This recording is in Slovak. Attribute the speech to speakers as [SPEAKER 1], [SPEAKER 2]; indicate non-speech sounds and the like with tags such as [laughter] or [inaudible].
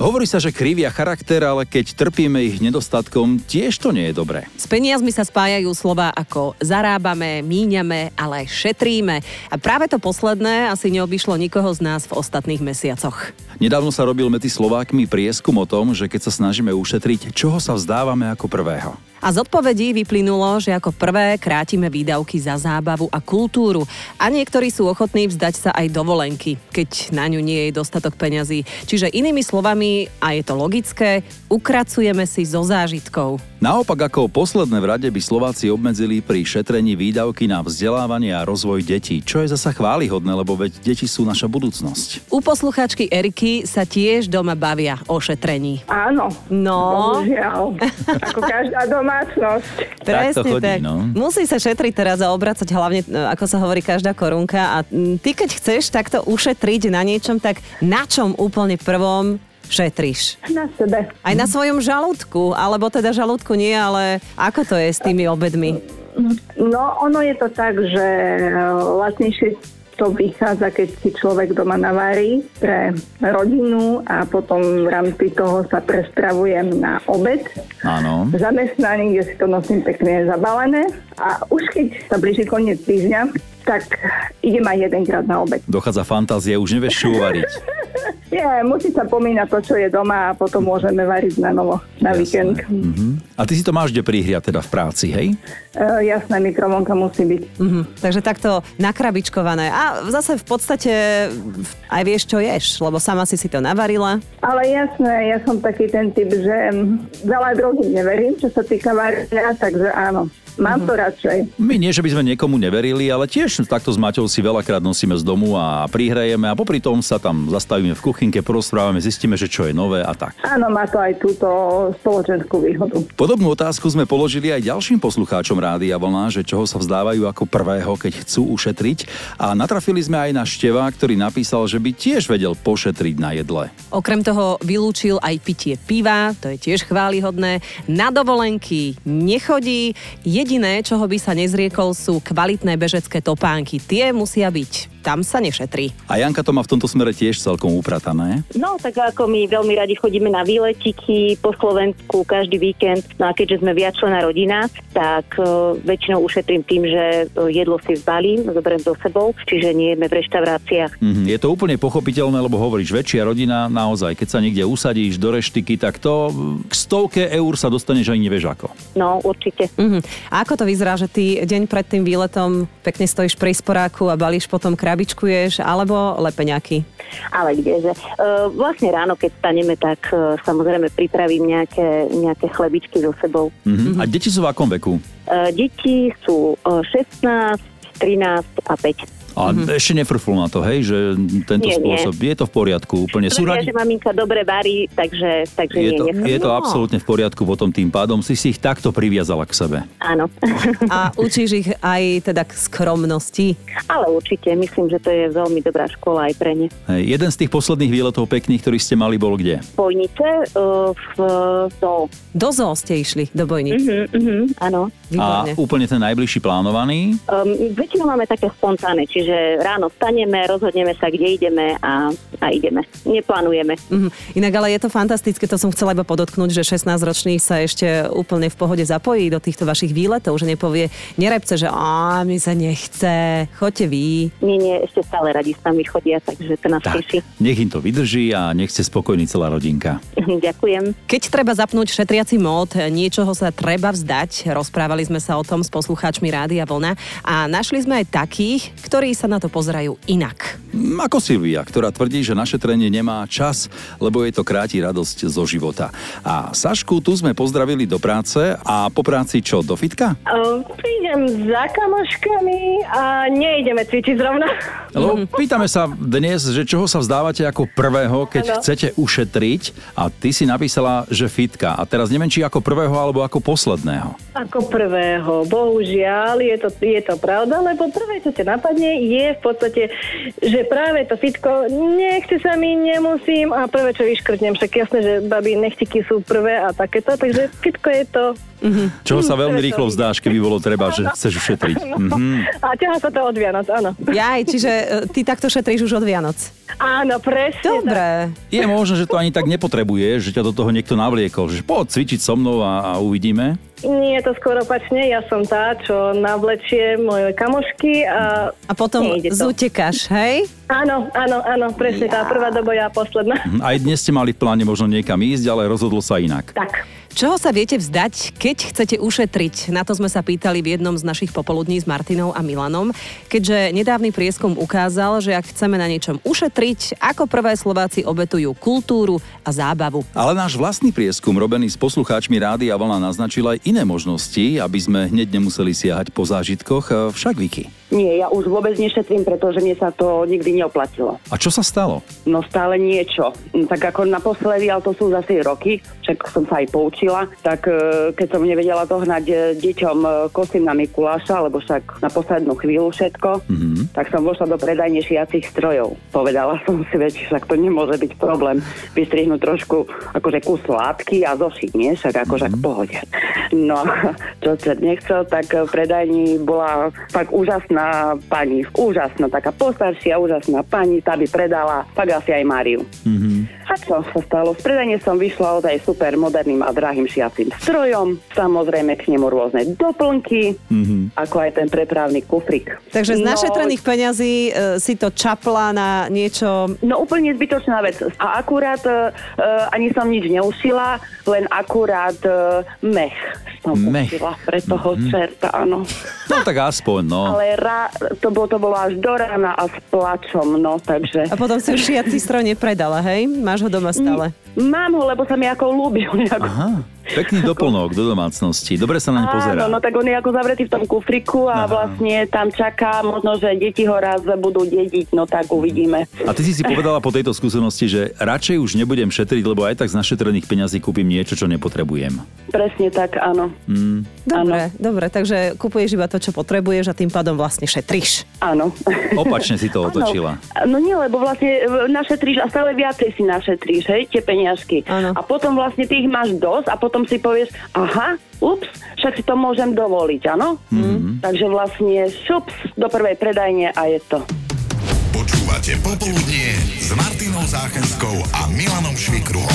[SPEAKER 1] Hovorí sa, že krivia charakter, ale keď trpíme ich nedostatkom, tiež to nie je dobré.
[SPEAKER 2] S peniazmi sa spájajú slova ako zarábame, míňame, ale aj šetríme. A práve to posledné asi neobyšlo nikoho z nás v ostatných mesiacoch.
[SPEAKER 1] Nedávno sa robil medzi Slovákmi prieskum o tom, že keď sa snažíme ušetriť, čoho sa vzdávame ako prvého.
[SPEAKER 2] A z odpovedí vyplynulo, že ako prvé krátime výdavky za zábavu a kultúru. A niektorí sú ochotní vzdať sa aj dovolenky, keď na ňu nie je dostatok peňazí. Čiže inými slovami, a je to logické, ukracujeme si zo zážitkov.
[SPEAKER 1] Naopak ako posledné v rade by Slováci obmedzili pri šetrení výdavky na vzdelávanie a rozvoj detí, čo je zasa chválihodné, lebo veď deti sú naša budúcnosť.
[SPEAKER 2] U posluchačky Eriky sa tiež doma bavia o šetrení.
[SPEAKER 3] Áno.
[SPEAKER 2] No.
[SPEAKER 3] Bohužiaľ. Ako každá domácnosť.
[SPEAKER 1] Tak to chodí, no.
[SPEAKER 2] Musí sa šetriť teraz a obracať hlavne, e, ako sa hovorí, každá korunka. A mm, ty, keď chceš takto ušetriť na niečom, tak na čom úplne prvom šetriš?
[SPEAKER 3] Na sebe.
[SPEAKER 2] Aj na svojom žalúdku, alebo teda žalúdku nie, ale ako to je s tými obedmi?
[SPEAKER 3] No, ono je to tak, že e, lacnejšie to vychádza, keď si človek doma navarí pre rodinu a potom v rámci toho sa prestravujem na obed.
[SPEAKER 1] Áno.
[SPEAKER 3] V zamestnaní, kde si to nosím pekne zabalené. A už keď sa blíži koniec týždňa, tak idem aj jedenkrát na obed.
[SPEAKER 1] Dochádza fantázie, už nevieš čo uvariť.
[SPEAKER 3] Nie, musí sa pomínať to, čo je doma a potom môžeme variť na novo, na
[SPEAKER 1] Jasné.
[SPEAKER 3] víkend.
[SPEAKER 1] Mhm. A ty si to máš kde prihriať, teda v práci, hej?
[SPEAKER 3] E, jasné, mikrovlnka musí byť.
[SPEAKER 2] Mhm. Takže takto nakrabičkované. A zase v podstate aj vieš, čo ješ, lebo sama si si to navarila.
[SPEAKER 3] Ale jasné, ja som taký ten typ, že mm, veľa drogým neverím, čo sa týka varenia, takže áno,
[SPEAKER 4] Mhm.
[SPEAKER 3] mám to radšej.
[SPEAKER 1] My nie, že by sme niekomu neverili, ale tiež takto s Maťou si veľakrát nosíme z domu a prihrajeme a popri tom sa tam zastavíme v kuchynke, porozprávame, zistíme, že čo je nové a tak.
[SPEAKER 3] Áno, má to aj túto spoločenskú výhodu.
[SPEAKER 1] Podobnú otázku sme položili aj ďalším poslucháčom Rádia Vlna, že čoho sa vzdávajú ako prvého, keď chcú ušetriť. A natrafili sme aj na Števa, ktorý napísal, že by tiež vedel pošetriť na jedle.
[SPEAKER 2] Okrem toho vylúčil aj pitie piva, to je tiež chválihodné. Na dovolenky nechodí. Jediné, čoho by sa nezriekol, sú kvalitné bežecké topánky. Tie musia byť. Tam sa nešetrí.
[SPEAKER 1] A Janka to má v tomto smere tiež celkom upratané.
[SPEAKER 5] No, tak ako my veľmi radi chodíme na výletiky po Slovensku každý víkend, no a keďže sme viacčlená rodina, tak e, väčšinou ušetrím tým, že e, jedlo si zbalím, zoberiem so sebou, čiže nie jeme v reštauráciách.
[SPEAKER 1] Mhm, je to úplne pochopiteľné, lebo hovoríš, väčšia rodina, naozaj, keď sa niekde usadíš do reštiky, tak to k stovke eur sa dostaneš ani nevieš ako.
[SPEAKER 5] No, určite.
[SPEAKER 2] Mhm. A ako to vyzerá, že ty deň pred tým výletom pekne stojíš pri sporáku a balíš potom krabičkuješ alebo lepeňaky?
[SPEAKER 5] Ale kdeže. E, vlastne ráno, keď staneme, tak e, samozrejme pripravím nejaké, nejaké chlebičky so sebou.
[SPEAKER 1] Mhm. A deti sú v akom veku?
[SPEAKER 5] E, deti sú e, 16, 13 a 5.
[SPEAKER 1] A ešte nefrflú na to, hej, že tento
[SPEAKER 5] Mhm. Nie, nie.
[SPEAKER 1] spôsob je to v poriadku úplne. Sú
[SPEAKER 5] Vedia,
[SPEAKER 1] radi,
[SPEAKER 5] že maminka dobre varí, takže, takže
[SPEAKER 1] Je
[SPEAKER 5] nie,
[SPEAKER 1] to,
[SPEAKER 5] nechcem.
[SPEAKER 1] je to
[SPEAKER 2] No.
[SPEAKER 1] absolútne v poriadku, potom tým pádom si si ich takto priviazala k sebe.
[SPEAKER 5] Áno. [laughs]
[SPEAKER 2] A učíš ich aj teda k skromnosti?
[SPEAKER 5] Ale určite, myslím, že to je veľmi dobrá škola aj pre ne.
[SPEAKER 1] Hej, jeden z tých posledných výletov pekných, ktorý ste mali, bol kde?
[SPEAKER 5] Spojnice uh, v Zoo.
[SPEAKER 2] Do zoo ste išli, do bojnic.
[SPEAKER 5] Mhm, mhm, áno.
[SPEAKER 2] Výborne.
[SPEAKER 1] A úplne ten najbližší plánovaný.
[SPEAKER 5] Um, väčšinou máme také spontánne, čiže ráno staneme, rozhodneme sa, kde ideme a, a ideme. Neplánujeme.
[SPEAKER 2] Mhm. Inak ale je to fantastické, to som chcela iba podotknúť, že 16-ročný sa ešte úplne v pohode zapojí do týchto vašich výletov, že nepovie nerepce, že a mi sa nechce, choďte vy.
[SPEAKER 5] Nie, nie, ešte stále radi s nami chodia, takže to nás
[SPEAKER 1] Tak,
[SPEAKER 5] teší. [laughs]
[SPEAKER 1] nech im to vydrží a nech ste spokojní celá rodinka.
[SPEAKER 5] Ďakujem.
[SPEAKER 2] Keď treba zapnúť šetriaci mód, niečoho sa treba vzdať. Rozprávali sme sa o tom s poslucháčmi Rádia Vlna a našli sme aj takých, ktorí sa na to pozerajú inak.
[SPEAKER 1] Mm, Ako Silvia, ktorá tvrdí, že naše trenie nemá čas, lebo jej to kráti radosť zo života. A Sašku tu sme pozdravili do práce a po práci čo, do fitka?
[SPEAKER 4] Uh, prídem za kamoškami a neideme cvičiť zrovna.
[SPEAKER 1] Lebo
[SPEAKER 4] Mhm.
[SPEAKER 1] pýtame sa dnes, že čoho sa vzdávate ako prvého, keď
[SPEAKER 4] Áno.
[SPEAKER 1] chcete ušetriť a ty si napísala, že fitka. A teraz neviem, či ako prvého alebo ako posledného.
[SPEAKER 4] Ako prvého, bohužiaľ, je to, je to pravda, lebo prvé, čo ťa napadne, je v podstate, že práve to fitko, nechce sa mi, nemusím a prvé, čo vyškrtnem, však jasné, že babi nechtiky sú prvé a takéto, takže fitko je [laughs] to
[SPEAKER 1] Mm-hmm. Čoho sa veľmi rýchlo vzdáš, keby bolo treba, že chceš
[SPEAKER 4] [laughs]
[SPEAKER 1] ušetriť. Mm-hmm.
[SPEAKER 4] A ťaha sa to od Vianoc, áno.
[SPEAKER 2] Jaj, čiže e, ty takto šetríš už od Vianoc.
[SPEAKER 4] Áno, presne. tak.
[SPEAKER 2] Dobre.
[SPEAKER 1] Je možné, že to ani tak nepotrebuje, že ťa do toho niekto navliekol, že poď cvičiť so mnou a, a uvidíme.
[SPEAKER 4] Nie, to skôr opačne. Ja som tá, čo navlečie moje kamošky a...
[SPEAKER 2] A potom
[SPEAKER 4] Nejde to.
[SPEAKER 2] zutekáš, hej?
[SPEAKER 4] Áno, áno, áno, presne tá prvá doboja a posledná.
[SPEAKER 1] Mhm, Aj dnes ste mali v pláne možno niekam ísť, ale rozhodlo sa inak.
[SPEAKER 4] Tak.
[SPEAKER 2] Čoho sa viete vzdať, keď chcete ušetriť? Na to sme sa pýtali v jednom z našich popoludní s Martinou a Milanom, keďže nedávny prieskum ukázal, že ak chceme na niečom ušetriť, ako prvé Slováci obetujú kultúru a zábavu.
[SPEAKER 1] Ale náš vlastný prieskum, robený s poslucháčmi rády a vlna naznačil aj iné možnosti, aby sme hneď nemuseli siahať po zážitkoch, e, však Viki.
[SPEAKER 6] Nie, ja už vôbec nešetrím, pretože mne sa to nikdy neoplatilo.
[SPEAKER 1] A čo sa stalo?
[SPEAKER 6] No stále niečo. Mm, Tak ako naposledy, ale to sú zase roky, však som sa aj poučila, tak e, keď som nevedela dohnať e, deťom e, kostým na Mikuláša, lebo však na poslednú chvíľu všetko, mm-hmm. tak som vošla do predajne šiacich strojov. Povedala [laughs] som si, veď však to nemôže byť problém vystrihnúť trošku akože kus látky a zošiť, nie? Však akože mm-hmm. v pohode. No, čo čert nechcel, tak v predajni bola fakt úžasná pani, úžasná, taká postaršia, úžasná pani, tá by predala fakt asi aj Máriu. Mm-hmm. A čo sa stalo? Z predajne som vyšla ozaj super moderným a drahým šiacim strojom, samozrejme k nemu rôzne doplnky,
[SPEAKER 1] Mhm.
[SPEAKER 6] mm-hmm. ako aj ten prepravný kufrik.
[SPEAKER 2] Takže z
[SPEAKER 6] No,
[SPEAKER 2] našetrených peňazí e, si to čapla na niečo...
[SPEAKER 6] No úplne zbytočná vec. A akurát e, e, ani som nič neušila, len akurát e, mech som
[SPEAKER 1] Mech. Mhm.
[SPEAKER 6] ušila pre toho mm-hmm. čerta, áno.
[SPEAKER 1] No tak aspoň, no.
[SPEAKER 6] Ale ra, to, bolo, to bolo až do rána a s plačom, no, takže...
[SPEAKER 2] A potom si už šiaci stroj nepredala, hej? Máš ho doma stále.
[SPEAKER 6] Mám ho, lebo sa mi ako ľúbil. [laughs] Nejako.
[SPEAKER 1] Aha, pekný doplnok do domácnosti. Dobre sa na ne pozerá.
[SPEAKER 6] Áno, no tak on je ako zavretý v tom kufriku a
[SPEAKER 1] Aha.
[SPEAKER 6] vlastne tam čaká, možno, že deti ho raz budú dediť, no tak uvidíme.
[SPEAKER 1] A ty si si povedala po tejto skúsenosti, že radšej už nebudem šetriť, lebo aj tak z našetrených peňazí kúpim niečo, čo nepotrebujem.
[SPEAKER 6] Presne tak, áno.
[SPEAKER 1] Mm.
[SPEAKER 2] Dobre, dobre, takže kupuješ iba to, čo potrebuješ a tým pádom vlastne šetríš.
[SPEAKER 6] Áno.
[SPEAKER 1] Opačne si to otočila.
[SPEAKER 6] [laughs] Áno. No nie, lebo vlastne e, našetríš a stále viacej si našetríš, hej, tie peniažky.
[SPEAKER 2] Áno.
[SPEAKER 6] A potom vlastne ty ich máš dosť a potom si povieš, aha, ups, však si to môžem dovoliť, áno?
[SPEAKER 1] Mhm.
[SPEAKER 6] Mm-hmm. Takže vlastne šups do prvej predajne a je to.
[SPEAKER 7] Počúvate Popoludnie s Martinou Záchenskou a Milanom Švikruhom.